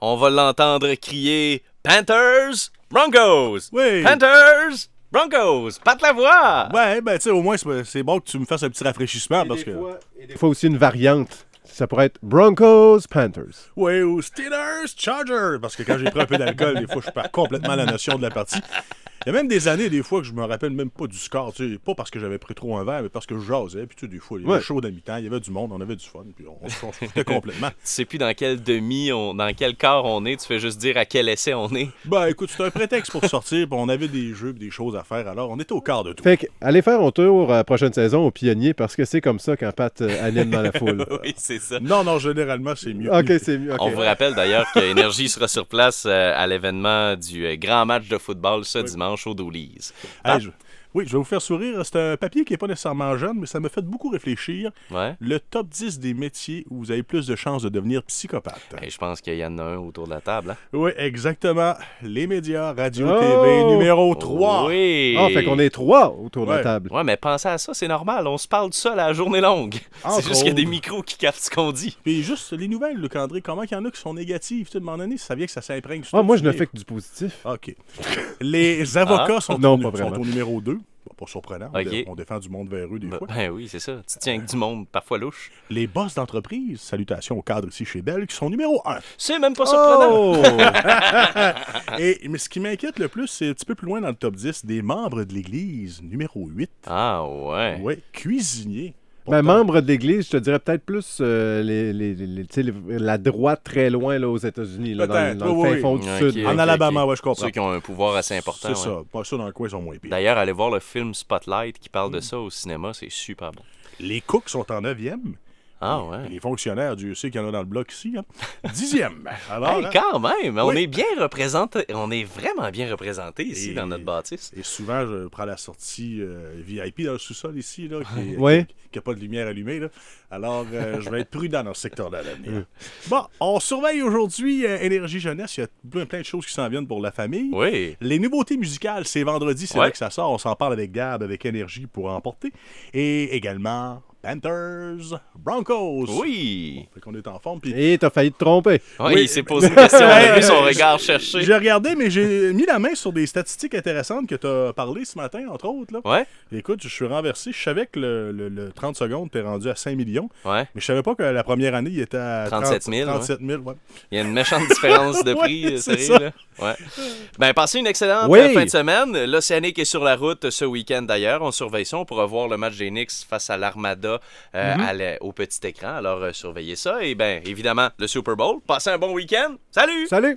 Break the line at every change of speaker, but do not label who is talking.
on va l'entendre crier Panthers, Broncos!
Oui.
Panthers, Broncos! Pat la voix!
Ouais, ben, tu sais, au moins, c'est c'est bon que tu me fasses un petit rafraîchissement parce que.
Des fois aussi une variante. Ça pourrait être Broncos, Panthers.
Ouais, ou Steelers, Chargers. Parce que quand j'ai pris un peu d'alcool, des fois, je perds complètement la notion de la partie. Il y a même des années, des fois, que je me rappelle même pas du score. Tu sais, pas parce que j'avais pris trop un verre, mais parce que je jasais. Puis, tu sais, des fois, il y avait
Ouais.
chaud à mi-temps, il y avait du monde, on avait du fun, puis on, se- on se foutait complètement.
Tu sais plus dans quel demi, on, dans quel corps on est, tu fais juste dire à quel essai on est.
Ben, écoute, c'était un prétexte pour sortir, puis on avait des jeux, puis des choses à faire, alors on était au quart de tout.
Fait que, allez faire un tour euh, prochaine saison aux pionniers parce que c'est comme ça quand Pat euh, anime dans la foule.
Oui, c'est ça.
Non, non, généralement, c'est mieux.
ok, c'est mieux. ok.
On vous rappelle d'ailleurs que Énergie sera sur place euh, à l'événement du euh, grand match de football ce dimanche au Doolies.
Ah.
Hey, je- Oui, je vais vous faire sourire. C'est un papier qui n'est pas nécessairement jeune, mais ça me fait beaucoup réfléchir.
Ouais.
Le top 10 des métiers où vous avez plus de chances de devenir psychopathe.
Ben, je pense qu'il y en a un autour de la table. hein.
Oui, exactement. Les médias, radio,
Oh!
TV, numéro 3.
Oui.
Ah, fait qu'on est trois autour de
Ouais.
la table.
Ouais, mais pensez à ça, c'est normal. On se parle de ça la journée longue.
Entre
C'est juste qu'il y a des
autres.
micros qui captent ce qu'on dit.
Puis juste les nouvelles, Luc André, comment il y en a qui sont négatives? Tu te demandes, si ça vient que ça s'imprègne. sur
Ah,
ton
moi, je ne
souvenir.
fais que du positif.
OK. Les avocats sont,
Non,
au,
pas
sont
vraiment.
au numéro 2. Pas surprenant. on
Ok.
dé- On défend du monde vers eux des
Bah.
Ben,
fois.
ben oui, c'est ça. Tu te tiens avec du monde parfois louche.
Les boss d'entreprise, salutations au cadre ici chez Bell, qui sont numéro 1.
C'est même pas surprenant.
Oh! Ah.
Et, mais ce qui m'inquiète le plus, c'est un petit peu plus loin dans le top 10, des membres de l'Église, numéro 8.
Ah ouais.
Ouais, cuisinier.
Ben,
Pourtant-
membre de l'Église, je te dirais peut-être plus euh, les, les- les- tu sais, les- la droite très loin là, aux États-Unis, là, dans,
Peut-être,
dans le
oui,
fin
oui.
fond du
Ok,
Sud.
ok,
En
ok.
Alabama, ouais, je comprends.
Ceux qui ont un pouvoir assez important.
C'est
ouais. Ben,
ça. Pas ça dans le coin, ils sont moins pires.
D'ailleurs, allez voir le film Spotlight qui parle de ça au cinéma, c'est super bon.
Les cooks sont en 9e.
Ah ouais.
Les fonctionnaires, Dieu sait qu'il y en a dans le bloc ici. Hein. 10e. Alors,
Hey,
hein,
quand même, on
Oui.
est bien représenté, on est vraiment bien représenté ici
Et-
dans notre bâtisse.
Et souvent, je prends la sortie euh, VIP dans le sous-sol ici, là, qui n'a
Ouais.
pas de lumière allumée. là. Alors, euh, je vais être prudent dans ce secteur-là à l'avenir. Bon, on surveille aujourd'hui euh, Énergie Jeunesse. Il y a plein, plein de choses qui s'en viennent pour la famille.
Oui.
Les nouveautés musicales, c'est vendredi, c'est
Ouais.
là que ça sort. On s'en parle avec Gab, avec Énergie pour emporter. Et également Panthers, Broncos.
Oui.
Fait qu'on est en forme. puis-
Et t'as failli te tromper.
Oui, il s'est posé une question, on a vu son regard cherché.
J'ai regardé, mais j'ai mis la main sur des statistiques intéressantes que tu as parlé ce matin, entre autres. Là.
Ouais,
Écoute, je suis renversé. Je savais que le, le- le 30 secondes, t'es rendu à 5 millions,
ouais.
mais je savais pas que la première année, il était à
37 000,
37 000, ouais.
Il y a une méchante différence de prix,
Ouais,
euh,
c'est
sérieux,
ça.
là. Ouais. Ben, passez une excellente
Oui.
euh, fin de semaine. L'Océanique est sur la route euh, ce week-end d'ailleurs. On surveille ça. On pourra voir le match des Knicks face à l'Armada euh, à la- au ben, petit écran. Alors, euh, surveillez ça. Et bien, évidemment, le Super Bowl. Passez un bon week-end. Salut!
Salut!